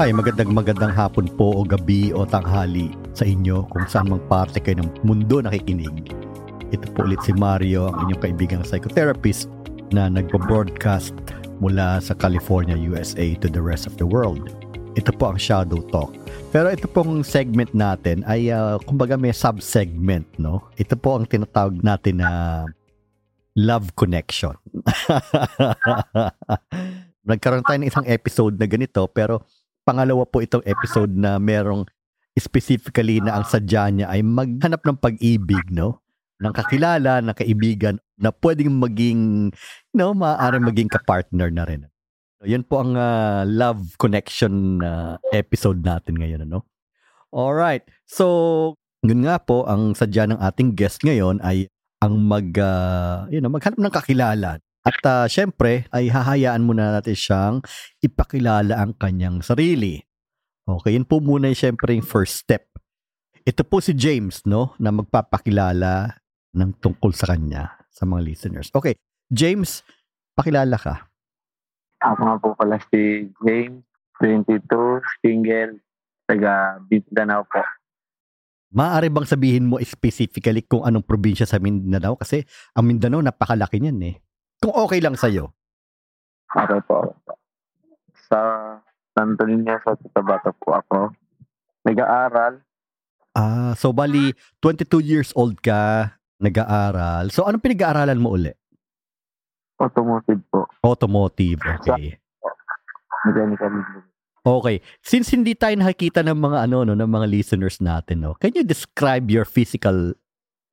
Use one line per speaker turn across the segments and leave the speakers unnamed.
Hi, magandang magandang hapon po o gabi o tanghali sa inyo kung saan mang parte kayo ng mundo nakikinig. Ito po ulit si Mario, ang inyong kaibigang psychotherapist na nagpo-broadcast mula sa California, USA to the rest of the world. Ito po ang Shadow Talk. Pero ito pong segment natin ay ah, kumbaga may sub-segment, no? Ito po ang tinatawag natin na love connection. Nagkaroon tayo ng isang episode na ganito pero pangalawa po itong episode na merong specifically na ang sadya niya ay maghanap ng pag-ibig, no? Ng kakilala, ng kaibigan na pwedeng maging, no, maaaring maging kapartner na rin. So, Yan po ang ah, love connection na episode natin ngayon, ano? Alright, so, yun nga po, ang sadya ng ating guest ngayon ay ang mag, ah, you know, maghanap ng kakilala. At ah, syempre, ay hahayaan muna natin siyang ipakilala ang kanyang sarili. Okay, yun po muna yung syempre yung first step. Ito po si James, no, na magpapakilala ng tungkol sa kanya sa mga listeners. Okay, James, pakilala ka.
Ako nga po pala si James, 22, single, taga Mindanao po.
Maaari bang sabihin mo specifically kung anong probinsya sa Mindanao? Kasi ang Mindanao, napakalaki niyan eh. Kung okay lang sa'yo.
Ako po. ako po. Sa Santo Niño, sa Cotabato po ako. Nag-aaral.
Ah, so bali, 22 years old ka, nag-aaral. So anong pinag-aaralan mo uli?
Automotive po.
Automotive, okay.
Mechanical engineering.
Okay. Since hindi tayo nakikita ng mga ano no, ng mga listeners natin, no. Can you describe your physical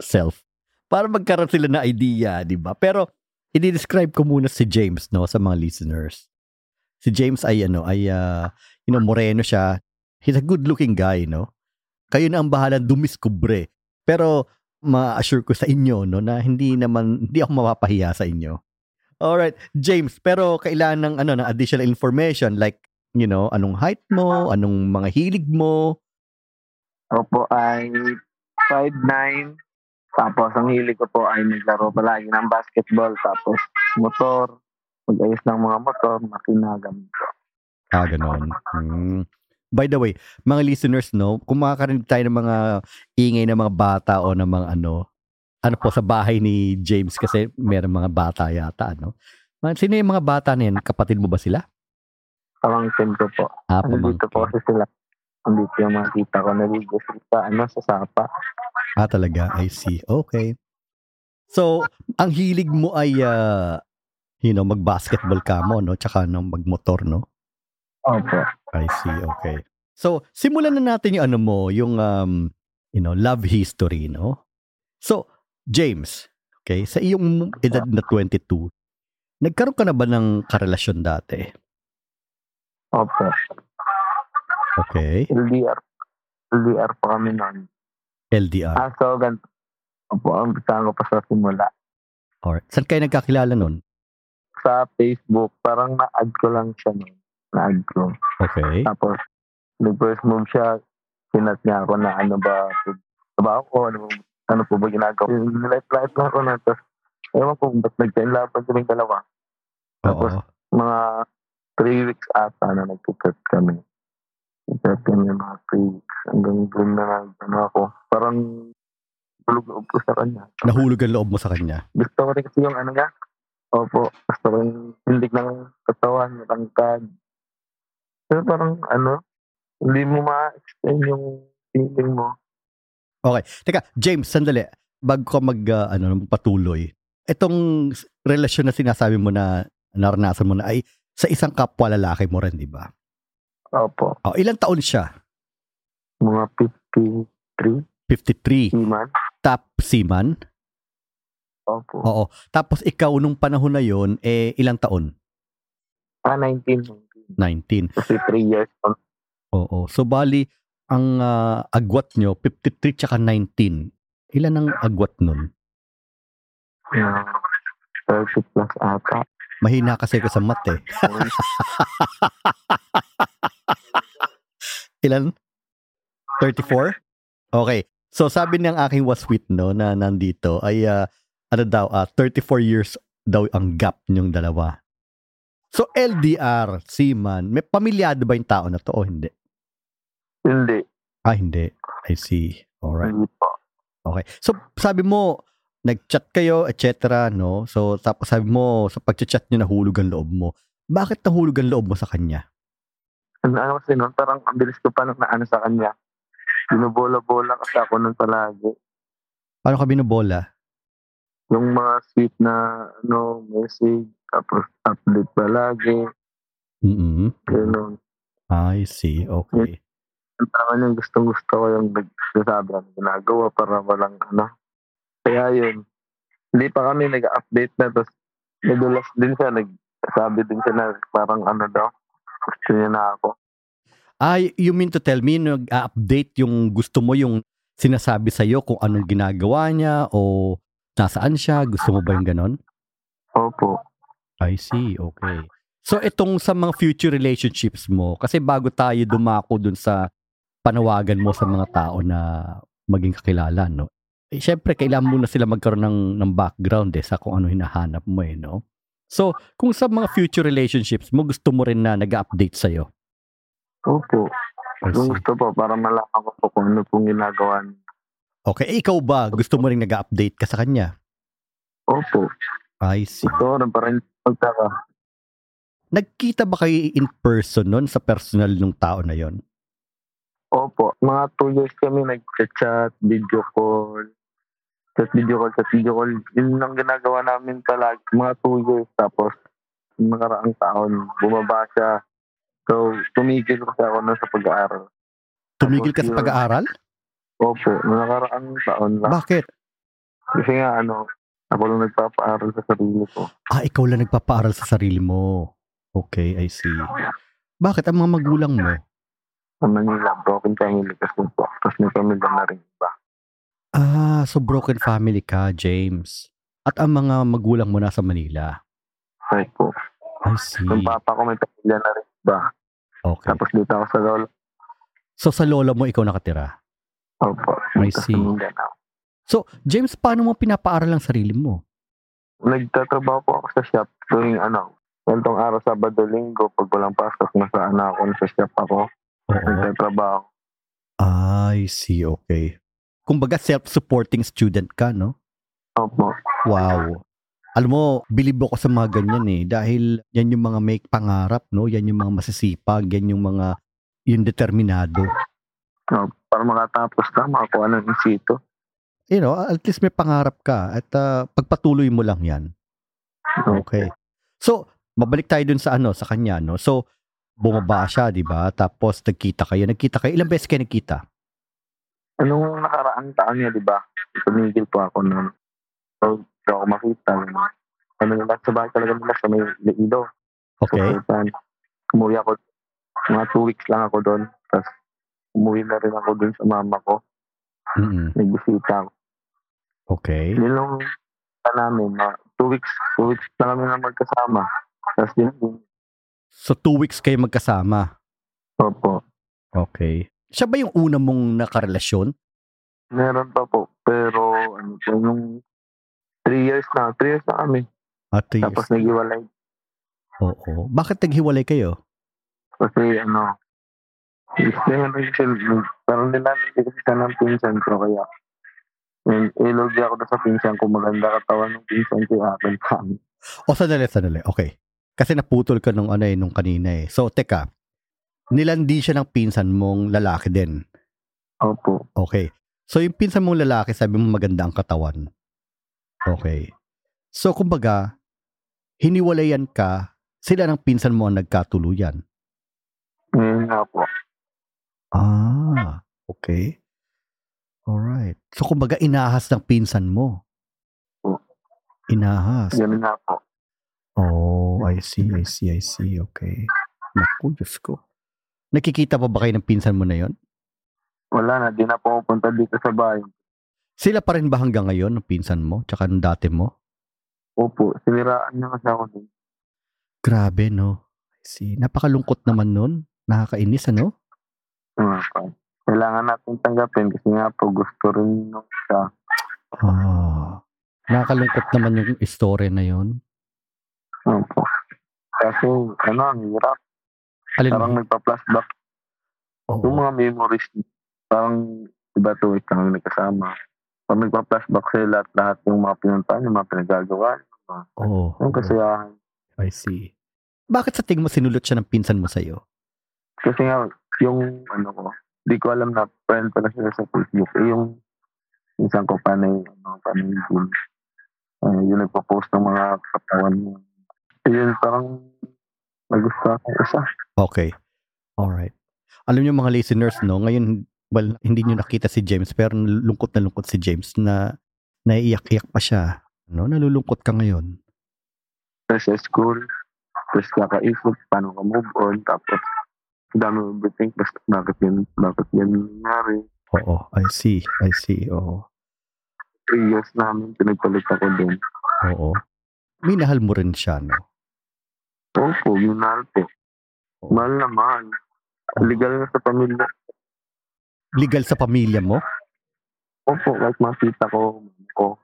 self? Para magkaroon sila na idea, 'di ba? Pero i-describe ko muna si James, no, sa mga listeners. Si James ay ano, ay ah, you know, moreno siya. He's a good-looking guy, no. Kayo na ang bahala dumiskubre. Pero ma-assure ko sa inyo no na hindi naman hindi ako mapapahiya sa inyo. Alright, James, pero kailangan ng ano ng additional information like you know, anong height mo, anong mga hilig mo.
Ako po ay 5'9". Tapos ang hilig ko po ay maglaro palagi ng basketball. Tapos motor. Mag-ayos ng mga motor. Makina, ganun po.
Ah, ganun. Mm. By the way, mga listeners, no, kung makakarinig tayo ng mga ingay ng mga bata o ng mga ano, ano po sa bahay ni James kasi meron mga bata yata, ano. Man, Sino yung mga bata na yan? Kapatid mo ba sila?
Pamangkin ko po.
Ah,
Ano dito po
pamangkin.
kasi sila. Andito yung mga kita ko. Naligo sa ano, sa sapa.
Ah, talaga. I see. Okay. So, ang hilig mo ay, ah, you know, mag-basketball ka mo, no? Tsaka no, mag-motor, no?
Opo.
I see. Okay. So, simulan na natin yung ano mo, yung um, you know, love history, no? So, James, okay, sa iyong edad na 22, nagkaroon ka na ba ng karelasyon dati?
Opo.
Okay.
LDR. LDR po kami noon.
LDR.
Ah, so ganito. Opo, ang bitaan ko pa sa simula.
Alright. Saan kayo nagkakilala nun?
Sa Facebook, parang na-add ko lang siya noon. Na-add ko.
Okay.
Tapos, nag-first move siya. Sinat niya ako na ano ba, trabaho ko, ano, ba- ano po ba ginagawa. Life-life na ako na. Tapos, ewan ko, ba't nagkainlaban kaming dalawa.
Oo.
mga three weeks ata na nagkikip kami. Nagkikip kami mga three weeks. Hanggang doon na lang, ano ako, parang bulog loob ko sa kanya.
Nahulog ang loob mo sa kanya.
Gusto ko rin kasi yung ano niya. Opo, gusto ko yung hindi ng katawan, matangkad. Pero parang ano, hindi mo ma-extend yung feeling mo.
Teka, James, sandali. Bago ka mag, ah, ano, magpatuloy. Itong s- relasyon na sinasabi mo na naranasan mo na ay sa isang kapwa lalaki mo rin, di ba?
Opo,
Oh, ilang taon siya?
mga 53
53.
man.
Top seaman.
Opo.
Oo. Tapos ikaw, nung panahon na yon eh, ilang taon?
Ah, 19.
19.
Kasi 3 years old.
Oo. So, bali, ang ah, agwat nyo, 53 tsaka 19. Ilan ang agwat nun?
Uh, 30 plus ata.
Mahina kasi ako sa mat eh. Ilan? 34? Okay. So, sabi ng aking waswit, no, na nandito, ay, ah, ano daw, ah, 34 years daw ang gap nyong dalawa. So LDR, seaman, may pamilyado ba yung tao na to o hindi?
Hindi.
Ah, hindi. I see. Alright.
Hindi po.
Okay. So, sabi mo, nag-chat kayo, etc. No? So, tapos sabi mo, sa pag-chat nyo, nahulog ang loob mo. Bakit nahulog ang loob mo sa kanya?
Ano, ano kasi nun, parang ang bilis ko pa nang naano sa kanya. Binubola-bola kasi ako nun palagi.
Paano ka binubola?
Yung mga sweet na ano, message, tapos update palagi,
mm
gano'n.
I see. Okay.
Ang tama niyang gustong gusto ko yung nagsasabi ang ginagawa para walang ano. Kaya yun, hindi pa kami nag-update na, tapos nadulas din siya, nagsabi din siya na parang ano daw, gusto niya na ako.
Ay, Ah, you mean to tell me, nag-update yung gusto mo, yung sinasabi sa'yo kung anong ginagawa niya o nasaan siya, gusto mo ba yung ganon?
Opo.
I see, okay. So itong sa mga future relationships mo, kasi bago tayo dumako dun sa panawagan mo sa mga tao na maging kakilala, no? Eh, Siyempre, kailangan muna sila magkaroon ng, ng background eh, sa kung ano hinahanap mo eh, no? So, kung sa mga future relationships mo, gusto mo rin na nag-update sa'yo.
Opo.
I
Yung
see.
gusto po, para malaman ko po kung ano pong ginagawa niya.
Okay, eh, ikaw ba? Gusto mo rin nag-update ka sa kanya?
Opo.
I see.
Gusto ko rin, parang magtaka.
Nagkita ba kayo in person nun sa personal ng tao na yon?
Opo. Mga two years kami nag-chat, video call, chat video call, chat video call. Yun ang ginagawa namin palagi. Mga two years. Tapos, yung nakaraang taon, bumaba siya. So, tumigil kasi ako na sa pag-aaral.
Tumigil ka sa
Tapos yun.
pag-aaral?
Opo. Nung nakaraang taon lang.
Bakit?
Kasi nga, ano, ako lang nagpapaaral sa sarili ko.
Ah, ikaw lang nagpapaaral sa sarili mo. Okay, I see. Bakit ang mga magulang mo?
Sa Manila, broken family kasi po. Tapos may pamilya na rin iba.
Ah, so broken family ka, James. At ang mga magulang mo nasa Manila.
Right po.
I see.
Yung papa ko may pamilya na rin iba.
Okay.
Tapos dito ako sa lola.
So sa lola mo ikaw nakatira.
Opo.
I
Tapos
see.
sa Mindanao.
So, James, paano mo pinapaaral ang sarili mo?
nagtatrabaho po ako sa shop tuwing ano, ganitong araw, Sabado, Linggo, pag walang pasok, nasa ano ako, nasa shop ako,
Oo.
nagtatrabaho.
I see, okay. Kumbaga self-supporting student ka, no?
Opo.
Wow. Alam mo, bilib ako sa mga ganyan eh. Dahil yan yung mga may pangarap, no? Yan yung mga masisipag, yan yung mga yung determinado.
No, para makatapos na, makakuha ng insito.
You know, at least may pangarap ka at ah, pagpatuloy mo lang yan. Okay. So, mabalik tayo dun sa ano, sa kanya, no? So, bumaba siya, di ba? Tapos, nagkita kayo. Nagkita kayo. Ilang beses kayo nagkita?
Anong nakaraang taon niya, di ba? Tumigil po ako noon. So, hindi ako makita. ganun. Ano yung lahat sa bahay talaga nila sa may liido.
Okay.
Kukutan. um, Umuwi ako. Mga two weeks lang ako doon. Tapos, umuwi na rin ako doon sa mama ko.
Mm-mm.
Nagbisita ako.
Okay.
Yun lang pa namin. Na two weeks, two weeks na kami na magkasama. Tapos yun, yun.
So, two weeks kayo magkasama.
Opo.
Okay. Siya ba yung una mong nakarelasyon?
Meron pa po. Pero, ano po, nung three years na, three years na kami.
At two
Tapos
years.
nag-iwalay.
Oo. Bakit naghiwalay kayo?
Kasi, ano, meron rin siya, parang nila kasi ka ng pinsan ko, kaya yun, ilogi ako doon sa pinsan ko. Maganda katawan ng pinsan ko, akin pa.
O sandali, sandali. Okay. Kasi naputol ka nung ano eh, nung kanina eh. So, teka. Nilandi siya ng pinsan mong lalaki din.
Opo.
Okay. So, yung pinsan mong lalaki, sabi mo maganda ang katawan. Okay. So, kumbaga, hiniwalayan ka, sila ng pinsan mo ang nagkatuluyan.
Ngayon nga po.
Ah, okay. Alright. So, kumbaga, inahas ng pinsan mo.
Oo.
Inahas.
Ganun nga po.
Oh, I see, I see, I see. Okay. Naku, Diyos ko. Nakikita pa ba kayo ng pinsan mo na yon?
Wala na, di na po pupunta dito sa bahay.
Sila pa rin ba hanggang ngayon, ng pinsan mo, tsaka nung dati mo?
Opo, siniraan niya kasi ako doon.
Grabe, no? I see. Napakalungkot naman nun. Nakakainis, ano?
Nga pa. Kailangan natin tanggapin kasi nga po gusto rin nung isa.
Ah. Nakakalungkot naman yung story na yon.
Ano po. Kasi, ano, ang hirap. Parang
Alin?
nagpa-flashback. Yung
Oo.
mga memories, parang iba to it kami nagkasama. Parang nagpa-flashback sa'yo lahat-lahat yung mga pinuntahan, yung mga pinagagawa.
Oo.
Yung ah, kasiyahan.
I see. Bakit sa tingin mo sinulot siya ng pinsan mo sa'yo?
Kasi nga, yung ano ko, di ko alam na friend pala sila sa Facebook. Eh, yung minsan ko pa na yung, ano, pa na yung Zoom. Eh, yung nagpo-post ng mga katawan mo. Eh, yun parang nagustuhan ko isa.
Okay. Alright. Alam niyo mga listeners, no? Ngayon, well, hindi niyo nakita si James, pero lungkot na lungkot si James na naiiyak-iyak pa siya. No? Nalulungkot ka ngayon.
First sa school, first kakaisip, paano ka move on, tapos ang dami mo overthink, basta bakit yan, bakit yan nangyari.
Oo, I see. I see. Oo.
Three years namin, pinagpalit ako din.
Oo. Minahal mo rin siya, no?
Opo, yun na po. Mahal na mahal. Legal na sa pamilya.
Legal sa pamilya mo?
Opo, kahit makita ko, ko,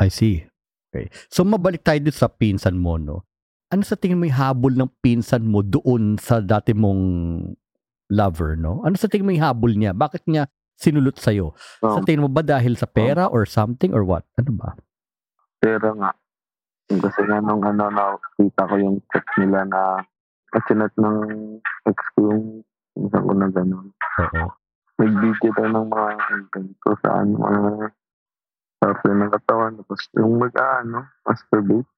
I see. Okay. So mabalik tayo dun sa pinsan mo, no? Ano sa tingin mo yung habol ng pinsan mo doon sa dati mong lover, no? Ano sa tingin mo yung habol niya? Bakit niya sinulot sa'yo?
Um,
sa tingin mo ba dahil sa pera or something or what? Ano ba?
Pero nga, kasi nga nung ano, nakita ko yung chat nila na kasinat ng ex ko yung isang ko na gano'n.
Oo.
Nag-video tayo ng mga content ko sa ano, mga parte ng katawan. Tapos yung mag, ano, masturbate.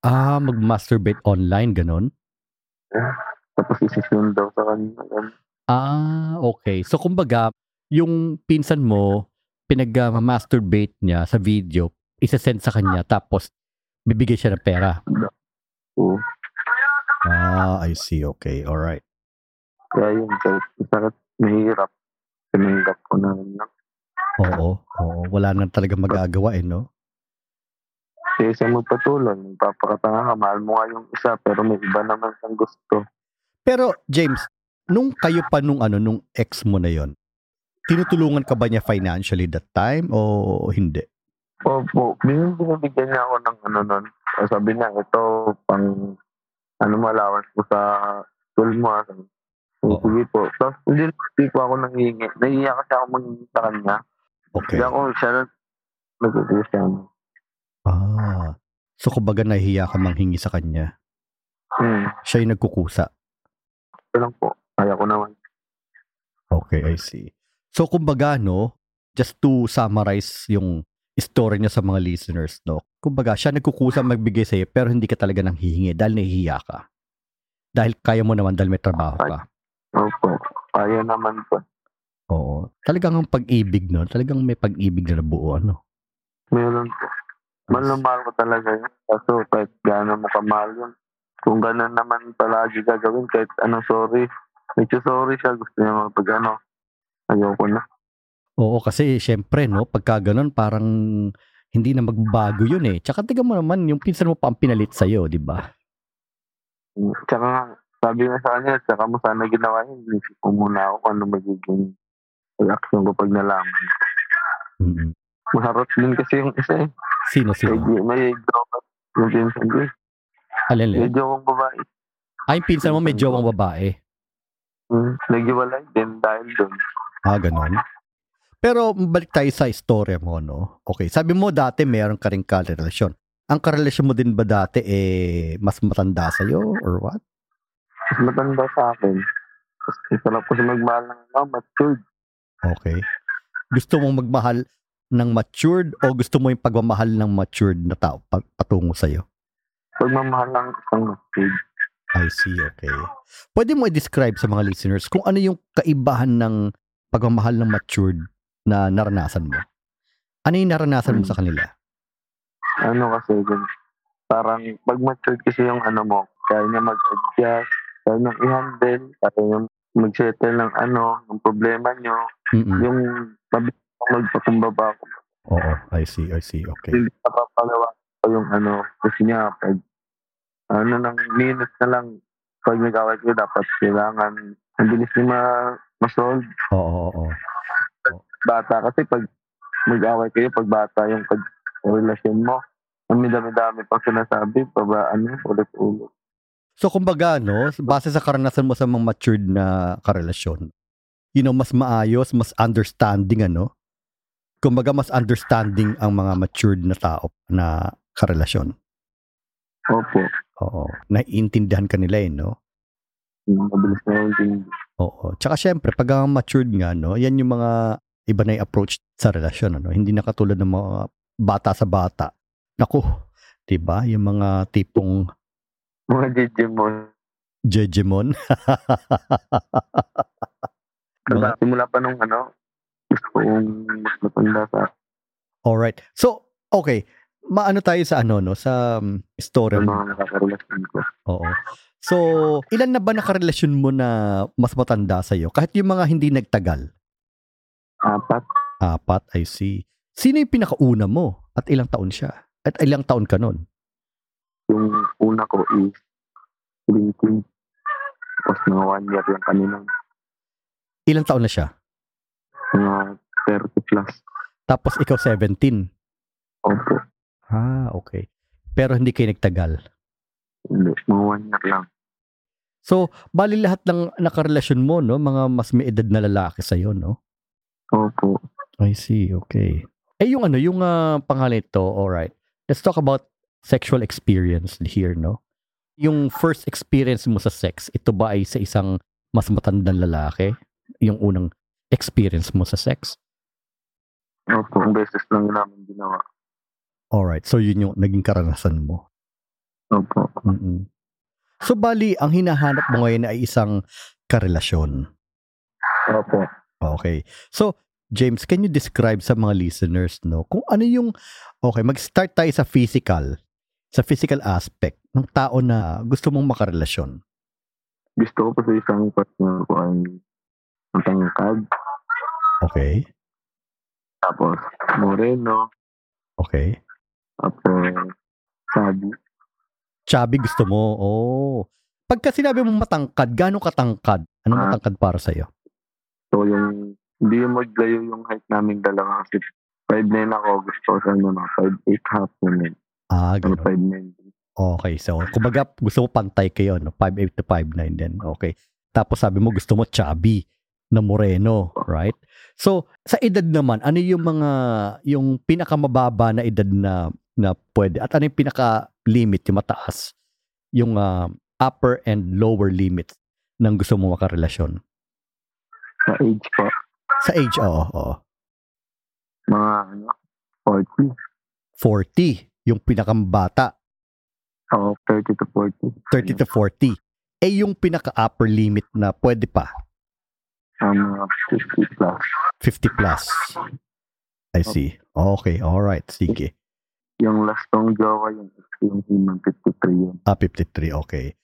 Ah, mag-masturbate online, ganun?
Tapos isisyon daw sa kanila. ganun.
Ah, okay. So kumbaga, yung pinsan mo, pinag-masturbate niya sa video, isasend sa kanya, tapos bibigay siya ng pera.
So,
Ah, I see. Okay. All right.
kaya yun, kahit masakit, mahirap. Tinanggap ko na na.
Oo. Oo. Wala nang talaga magagawa eh, no?
Kaya siya magpatuloy, nagpapakatanga ka, mahal mo nga yung isa, pero may iba naman siyang gusto.
Pero, James, nung kayo pa nung ano, nung ex mo na yon, tinutulungan ka ba niya financially that time o hindi?
Opo, minsan binibigyan niya ako ng ano nun. O sabi niya, ito pang ano malawas ko sa school mo. ah. Sabi, "Oh,
Oo.
Sige po. Tapos hindi hindi po ako nangihingi. Nangihingi kasi ako mangingi sa kanya.
Okay.
Kaya ako siya na nagtutulis siya.
Ah. So, kumbaga nahihiya ka manghingi sa kanya.
Hmm,
Siya yung nagkukusa.
ito lang po. Kaya ko naman.
Okay, I see. So, kumbaga, no, just to summarize yung story niya sa mga listeners, no, kumbaga, siya nagkukusa magbigay sa'yo pero hindi ka talaga nang hihingi dahil nahihiya ka. Dahil kaya mo naman dahil may trabaho ka.
Opo. Kaya naman po.
Oo. Talagang ang pag-ibig, no? Talagang may pag-ibig na nabuo, ano?
Meron po. Mahal na mahal ko talaga yun. Kaso kahit gano'n mo kamahal yun. Kung gano'n naman palagi gagawin, kahit ano, sorry. Medyo sorry siya. Gusto niya mapag ano. Ayoko na.
Oo, kasi syempre, no, pagka ganun, parang hindi na magbago yun eh. Tsaka tiga mo naman, yung pinsan mo pa ang pinalit sa'yo, di ba?
Mm, Tsaka nga, sabi nga sa kanya, tsaka mo sana ginawa yun, inisip ko muna ako kung ano magiging reaction ko pag nalaman.
Mm.
Maharot din kasi yung isa eh.
Sino, sino?
Medyo, may dropout yung pinsan ko. eh.
Alin, alin?
Medyo akong babae.
Ay, yung pinsan mo may jowang babae.
Mm, Naghiwalay din dahil doon.
Ah, ganun. Pero balik tayo sa istorya mo, no? Okay, sabi mo dati meron ka rin karelasyon. Ang karelasyon mo din ba dati eh mas matanda sa'yo or what?
Mas matanda sa akin. Mas sarap ko siya magmahal ng ano, matured.
Okay. Gusto mong magmahal ng matured o gusto mo yung pagmamahal ng matured na tao pa- patungo sa'yo?
Pagmamahal ng isang matured.
I see, okay. Pwede mo i-describe sa mga listeners kung ano yung kaibahan ng pagmamahal ng matured na naranasan mo? Ano yung naranasan mo sa kanila?
Ano kasi yun, parang pag matured kasi yung ano mo, kaya niya mag-adjust, kaya niya i-handle, kaya niya mag-settle ng ano, ng problema niyo,
Mm-mm.
yung mabilis na magpakumbaba ako.
Oo, I see, I see, okay.
Hindi ka papagawa ko yung ano, kasi niya, pag, ano, nang minutes na lang, pag nag-away ko, dapat kailangan, ang bilis niya ma- ma-solve.
Oo, oo, oo.
Bata kasi, pag mag-away kayo, pag bata yung pag relasyon mo, ang dami-dami pang sinasabi, pa ba, ano, ulit-ulit.
So kumbaga, no, base sa karanasan mo sa mga matured na karelasyon, you know, mas maayos, mas understanding, ano? Kumbaga, mas understanding ang mga matured na tao na karelasyon.
Opo.
Oo. Naiintindihan ka nila, eh, no?
Mabilis na yung din.
Oo. Tsaka syempre, pag ang matured nga, no, yan yung mga iba na yung approach sa relasyon, ano? Hindi na katulad ng mga bata sa bata. Naku, 'di ba? Yung mga tipong
Mga Digimon.
jejemon.
Diba? Simula pa nung ano, gusto kong mas matanda sa
Alright. So, okay. Maano tayo sa ano, no? Sa um, story
sa
mo.
mga nakakarelasyon ko.
Oo. So, ilan na ba nakarelasyon mo na mas matanda sa'yo? Kahit yung mga hindi nagtagal.
Apat.
Apat, I see. Sino yung pinakauna mo? At ilang taon siya? At ilang taon ka nun?
Yung una ko is drinking. Tapos mga one year lang kami nun.
Ilang taon na siya?
Mga 30 plus.
Tapos ikaw 17.
Opo.
Ah, okay. Pero hindi kayo nagtagal.
Hindi. Mga one year lang.
So, bali lahat ng nakarelasyon mo, no? Mga mas may edad na lalaki sa'yo, no?
Opo.
I see. Okay. Eh, yung ano, yung ah, pangalan ito, alright. Let's talk about sexual experience here, no? Yung first experience mo sa sex, ito ba ay sa isang mas matandang lalaki? Yung unang experience mo sa sex?
Opo. Ang beses lang namin ginawa.
Alright. So, yun yung naging karanasan mo.
Opo.
Mm-mm. So, bali, ang hinahanap mo ngayon ay isang karelasyon.
Opo.
Okay. So, James, can you describe sa mga listeners, no? Kung ano yung, okay, mag-start tayo sa physical, sa physical aspect ng tao na gusto mong makarelasyon.
Gusto ko pa sa isang partner ko ay matangkad.
Okay?
Tapos moreno.
Okay.
Tapos sabi.
Chubby gusto mo. Oh. Pagka sinabi mong matangkad, gano'ng katangkad? Anong
Ah.
matangkad para sa'yo?
So yung hindi yung maglayo yung height namin dalawa kasi 5'9 ako. Gusto ko sa ano, mga 5'8 half namin.
Ah,
Ano
gano'n.
5'9.
Okay. So, kumbaga, gusto mo pantay kayo, no? 5'8 to 5'9 din. Okay. Tapos sabi mo, gusto mo chubby na moreno, right? So, sa edad naman, ano yung mga, yung pinakamababa na edad na, na pwede? At ano yung pinaka-limit, yung mataas? Yung ah, upper and lower limit ng gusto mo makarelasyon?
Sa age ko.
Sa age, oo, oo.
Mga ano. 40.
40, yung pinakamabata,
Oo, 30 to 40.
30 to 40. Eh, yung pinaka-upper limit na pwede pa,
Ah, mga 50 plus.
50 plus. I see. Okay, all right. Sige.
Yung last kong jowa, yung yung human 53 yun.
Ah, 53. Okay.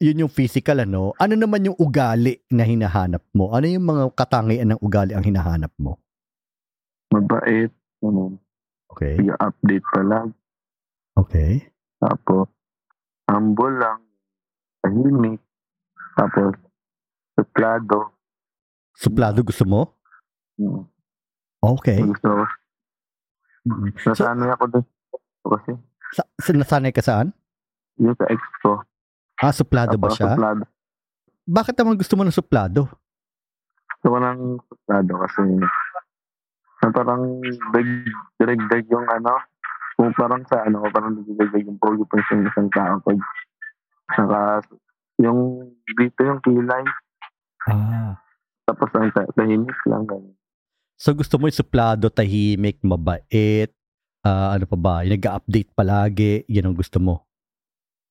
Yun yung physical, ano? Ano naman yung ugali na hinahanap mo? Ano yung mga katangian ng ugali ang hinahanap mo?
Mabait. Ano,
Okay.
nag-update pala.
Okay.
Tapos, humble lang. Tahimik. Tapos, suplado.
Suplado gusto mo?
Mm.
Okay.
Gusto ko.
Mm. So,
Nasanay ako doon. Kasi,
sa, sa, nasanay ka saan?
yun sa ex ko.
Ah, suplado ba
Tapos,
siya?
Suplado.
Bakit naman gusto mo ng suplado?
Gusto ko ng suplado kasi na parang dag-dag yung ano. Kung parang sa ano, parang nagdagdag yung polypens yung isang tao. Pag, naka, yung dito yung kilay.
Ah.
Tapos ang ta- tahimik lang. Ganun.
So, gusto mo yung suplado, tahimik, mabait, ah, ano pa ba? Yung nag-update palagi, yan ang gusto mo.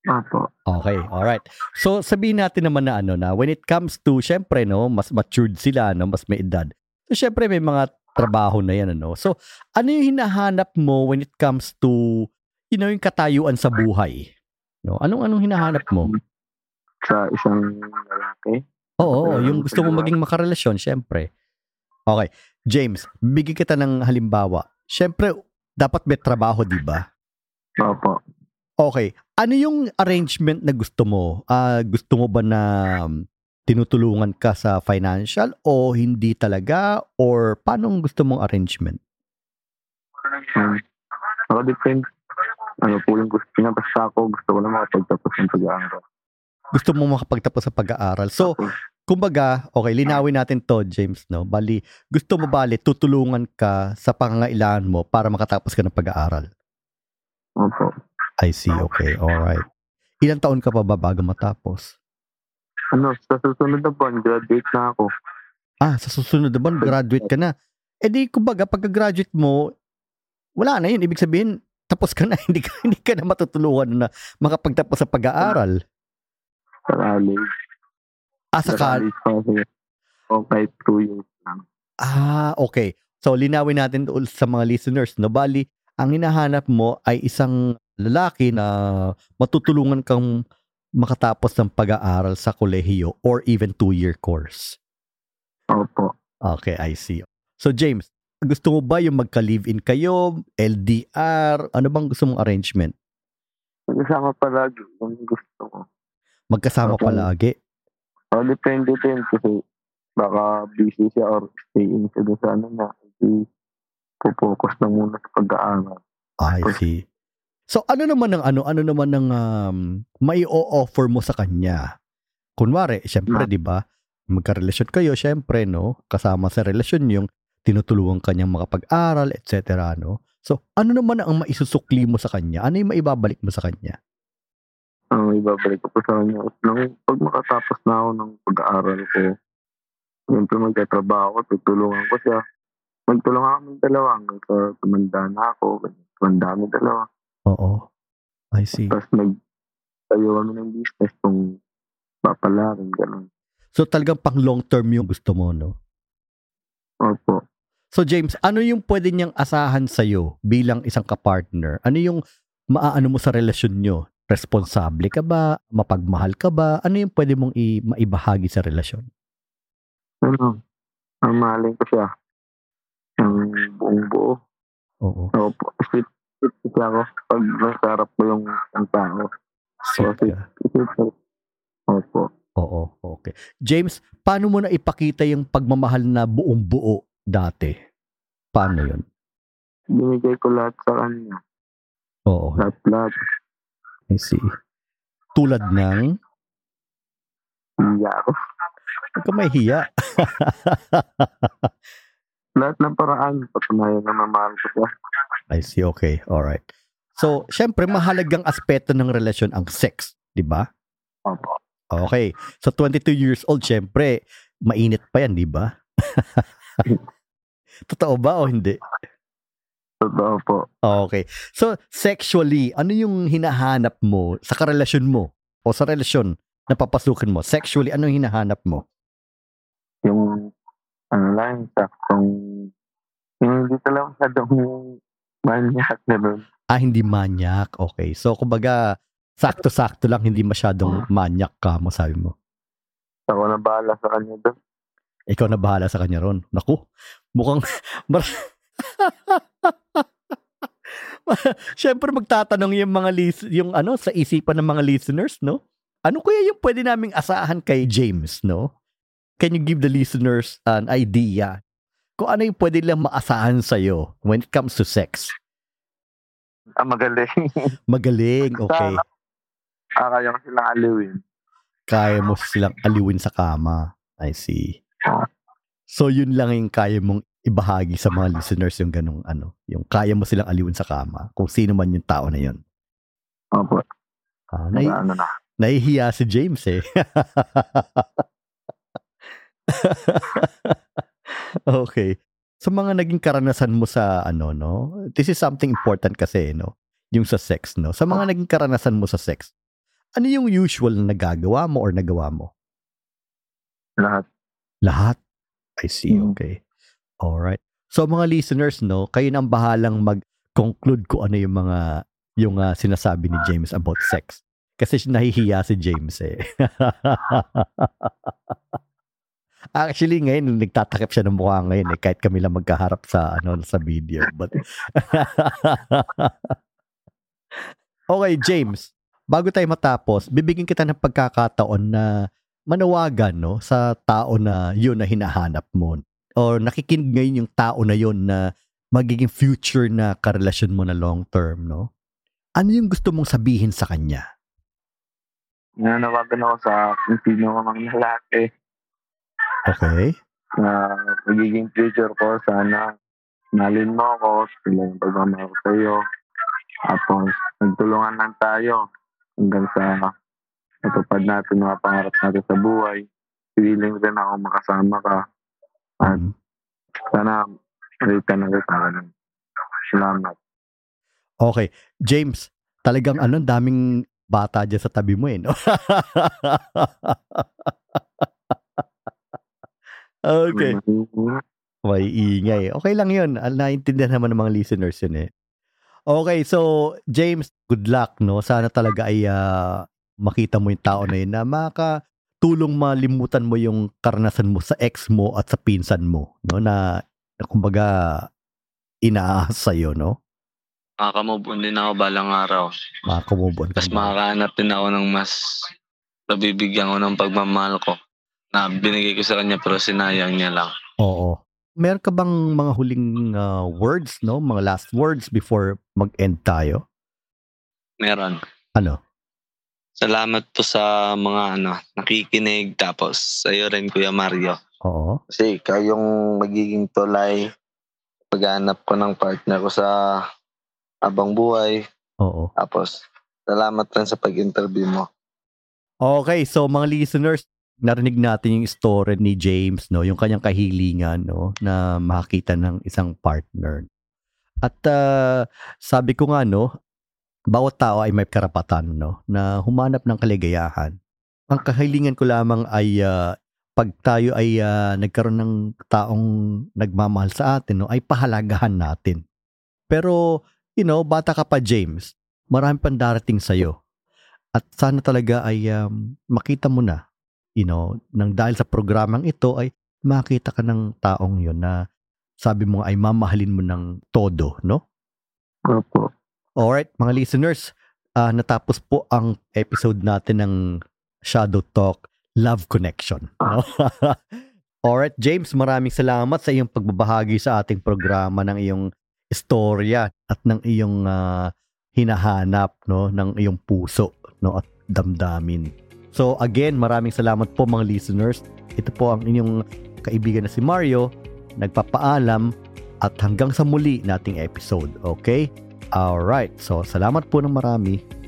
Apo.
Okay, all right. So sabihin natin naman na ano na when it comes to syempre no, mas matured sila no, mas may edad. So syempre may mga trabaho na 'yan ano. So ano yung hinahanap mo when it comes to you know yung katayuan sa buhay? No, anong anong hinahanap mo?
Sa isang lalaki.
Oo, oo, yung gusto mo maging makarelasyon, syempre. Okay, James, bigyan kita ng halimbawa. Syempre dapat may trabaho, 'di ba?
Opo.
Okay. Ano yung arrangement na gusto mo? Ah, gusto mo ba na um, tinutulungan ka sa financial o hindi talaga? Or paano ang gusto mong arrangement?
Um, ako depend. Ano po yung gusto niya. Basta ako gusto ko lang makapagtapos ng pag-aaral.
gusto mo makapagtapos sa pag-aaral. So, kumbaga, okay, linawin natin to, James, no? Bali, gusto mo bali, tutulungan ka sa pangangailangan mo para makatapos ka ng pag-aaral.
Opo.
I see, okay, alright. Ilang taon ka pa ba bago matapos?
Ano, sa susunod na buwan, graduate na ako.
Ah, sa susunod na buwan, graduate ka na. E di, kumbaga, pagka-graduate mo, wala na yun. Ibig sabihin, tapos ka na. hindi ka, hindi ka na matutulungan na makapagtapos sa pag-aaral.
Sa college.
Ah, sa kal-
college pa kasi. O kahit two years lang.
Ah, okay. So, linawin natin ul- sa mga listeners. No? Bali, ang hinahanap mo ay isang lalaki na matutulungan kang makatapos ng pag-aaral sa kolehiyo or even two-year course.
Opo.
Okay, I see. So, James, gusto mo ba yung magka-live-in kayo, LDR, ano bang gusto mong arrangement?
Kasama palagi yung gusto ko.
Magkasama
Okay.
palagi?
O depende din kasi baka busy siya or stay in siya dun sa ano niya. Hindi pupokus lang muna sa pag-aaral.
I
Or-
see. So ano naman ang ano ano naman ang um, may o-offer mo sa kanya? Kunwari, syempre, 'di ba? Magka-relasyon kayo, syempre, no? Kasama sa relasyon yung tinutulungan kanyang makapag-aral, etc., no? So, ano naman ang maisusukli mo sa kanya? Ano yung maibabalik mo sa kanya?
Ang ibabalik ko po sa kanya is nang pag makatapos na ako ng pag-aaral ko, siyempre magtatrabaho ko, tutulungan ko siya. Magtulungan kami dalawa hanggang sa tumanda na ako, tumanda kami dalawa.
Oo. I see.
Tapos nag tayo kami ng business kung papalarin, gano'n.
So, talagang pang long term yung gusto mo, no?
Opo.
So James, ano yung pwede niyang asahan sa'yo bilang isang kapartner? Ano yung maaano mo sa relasyon nyo? Responsable ka ba? Mapagmahal ka ba? Ano yung pwede mong i- maibahagi sa relasyon?
Ano? Ang mahalin ko siya. Ang buong buo.
Oo.
Opo. Sweet, sweet kasi ako. Pag masarap ko yung ang tao.
Sweet ka.
Sweet ako. Opo.
Oo, okay. James, paano mo na ipakita yung pagmamahal na buong buo dati? Paano yun?
Binigay ko lahat sa kanya.
Oo,
Lahat, lahat.
I see. Tulad ng,
Hiya ako.
huwag ka mahihiya.
Lahat ng paraan. Patunayan na mamahal ko siya.
I see, okay. Alright. So, syempre, mahalagang aspeto ng relasyon ang sex, di ba?
Opo.
Okay. So 22 years old, syempre, mainit pa yan, di ba? Totoo ba o hindi?
Totoo po.
Okay. So sexually, ano yung hinahanap mo sa karelasyon mo o sa relasyon na papasukin mo? Sexually, ano yung hinahanap mo?
Yung ano lang, saktong yung hindi talaga masyadong manyak na doon.
Ah, hindi manyak. Okay. So kumbaga, sakto-sakto lang, hindi masyadong manyak ka, masabi mo.
Ako na bahala sa kanya doon.
Ikaw na bahala sa kanya ron. Naku, mukhang... Mar- Siyempre magtatanong yung mga lis- yung ano sa isipan ng mga listeners, no? Ano kaya yung pwede naming asahan kay James, no? Can you give the listeners an idea kung ano yung pwede lang maasahan sa'yo when it comes to sex?
Ah, magaling.
Magaling, okay.
ah, kaya ko silang aliwin.
Kaya mo silang aliwin sa kama. I see. So yun lang yung kaya mong ibahagi sa mga listeners yung ganong ano, yung kaya mo silang aliwin sa kama, kung sino man yung tao na yun.
Opo.
Ah,
Ay,
nai-
ano na.
nahihiya si James eh. okay. Sa mga naging karanasan mo sa ano no, this is something important kasi eh, no, yung sa sex no. Sa mga naging karanasan mo sa sex, ano yung usual na nagagawa mo or nagawa mo?
Lahat.
Lahat. I see.
Mm.
Okay. Alright. So mga listeners, no, kayo na ang bahalang mag-conclude ko ano yung mga yung ah, sinasabi ni James about sex. Kasi nahihiya si James eh. Actually, ngayon, nagtatakip siya ng mukha ngayon eh, kahit kami lang magkaharap sa, ano, sa video. But... okay, James, bago tayo matapos, bibigyan kita ng pagkakataon na manawagan no sa tao na yun na hinahanap mo or nakikinig ngayon yung tao na yun na magiging future na karelasyon mo na long term no ano yung gusto mong sabihin sa kanya
Nananawagan ako sa kung sino ko mang lalaki
Okay.
na magiging future ko. Sana malin mo ako. Sila yung pagmamahal ko sa'yo. Tapos, nagtulungan lang tayo hanggang sa matupad natin mga pangarap natin sa buhay. Willing rin ako makasama ka.
Mm.
Sana makita na kita ka nun. Salamat.
Okay. James, talagang ano, daming bata dyan sa tabi mo eh, no? okay. May ingay. Okay lang yun. Al- Naiintindihan naman ng mga listeners yun eh. Okay, so James, good luck, no? Sana talaga ay ah, makita mo yung tao na yun na makatulong malimutan mo yung karanasan mo sa ex mo at sa pinsan mo, no? Na, na kumbaga, inaahas sa'yo, no?
Makakamove on din ako balang araw.
Makakumubon ka.
Tapos
na.
makakahanap din ako ng mas nabibigyan ko ng pagmamahal ko na binigay ko sa kanya pero sinayang niya lang.
Oo. Meron ka bang mga huling ah, words, no? Mga last words before mag-end tayo?
Meron.
Ano?
Salamat po sa mga ano, nakikinig. Tapos sa'yo rin Kuya Mario.
Oo.
Kasi ikaw yung magiging tulay paghanap ko ng partner ko sa abang buhay.
Oo.
Tapos salamat rin sa pag-interview mo.
Okay, so mga listeners, narinig natin yung story ni James, no? Yung kanyang kahilingan, no? Na makakita ng isang partner. At ah, sabi ko nga, no? Bawat tao ay may karapatan, no? Na humanap ng kaligayahan. Ang kahilingan ko lamang ay ah, pag tayo ay ah, nagkaroon ng taong nagmamahal sa atin, no? Ay pahalagahan natin. Pero, you know, bata ka pa, James. Marami pang darating sa'yo. At sana talaga ay um, makita mo na, you know, nang dahil sa programang ito ay makita ka ng taong yon na sabi mo ay mamahalin mo ng todo, no?
Opo.
Alright, mga listeners, ah, natapos po ang episode natin ng Shadow Talk Love Connection. No? Alright, James, maraming salamat sa iyong pagbabahagi sa ating programa ng iyong istorya at ng iyong ah, hinahanap no ng iyong puso no at damdamin. So again, maraming salamat po mga listeners. Ito po ang inyong kaibigan na si Mario nagpapaalam at hanggang sa muli nating episode. Okay? All right. So salamat po ng marami.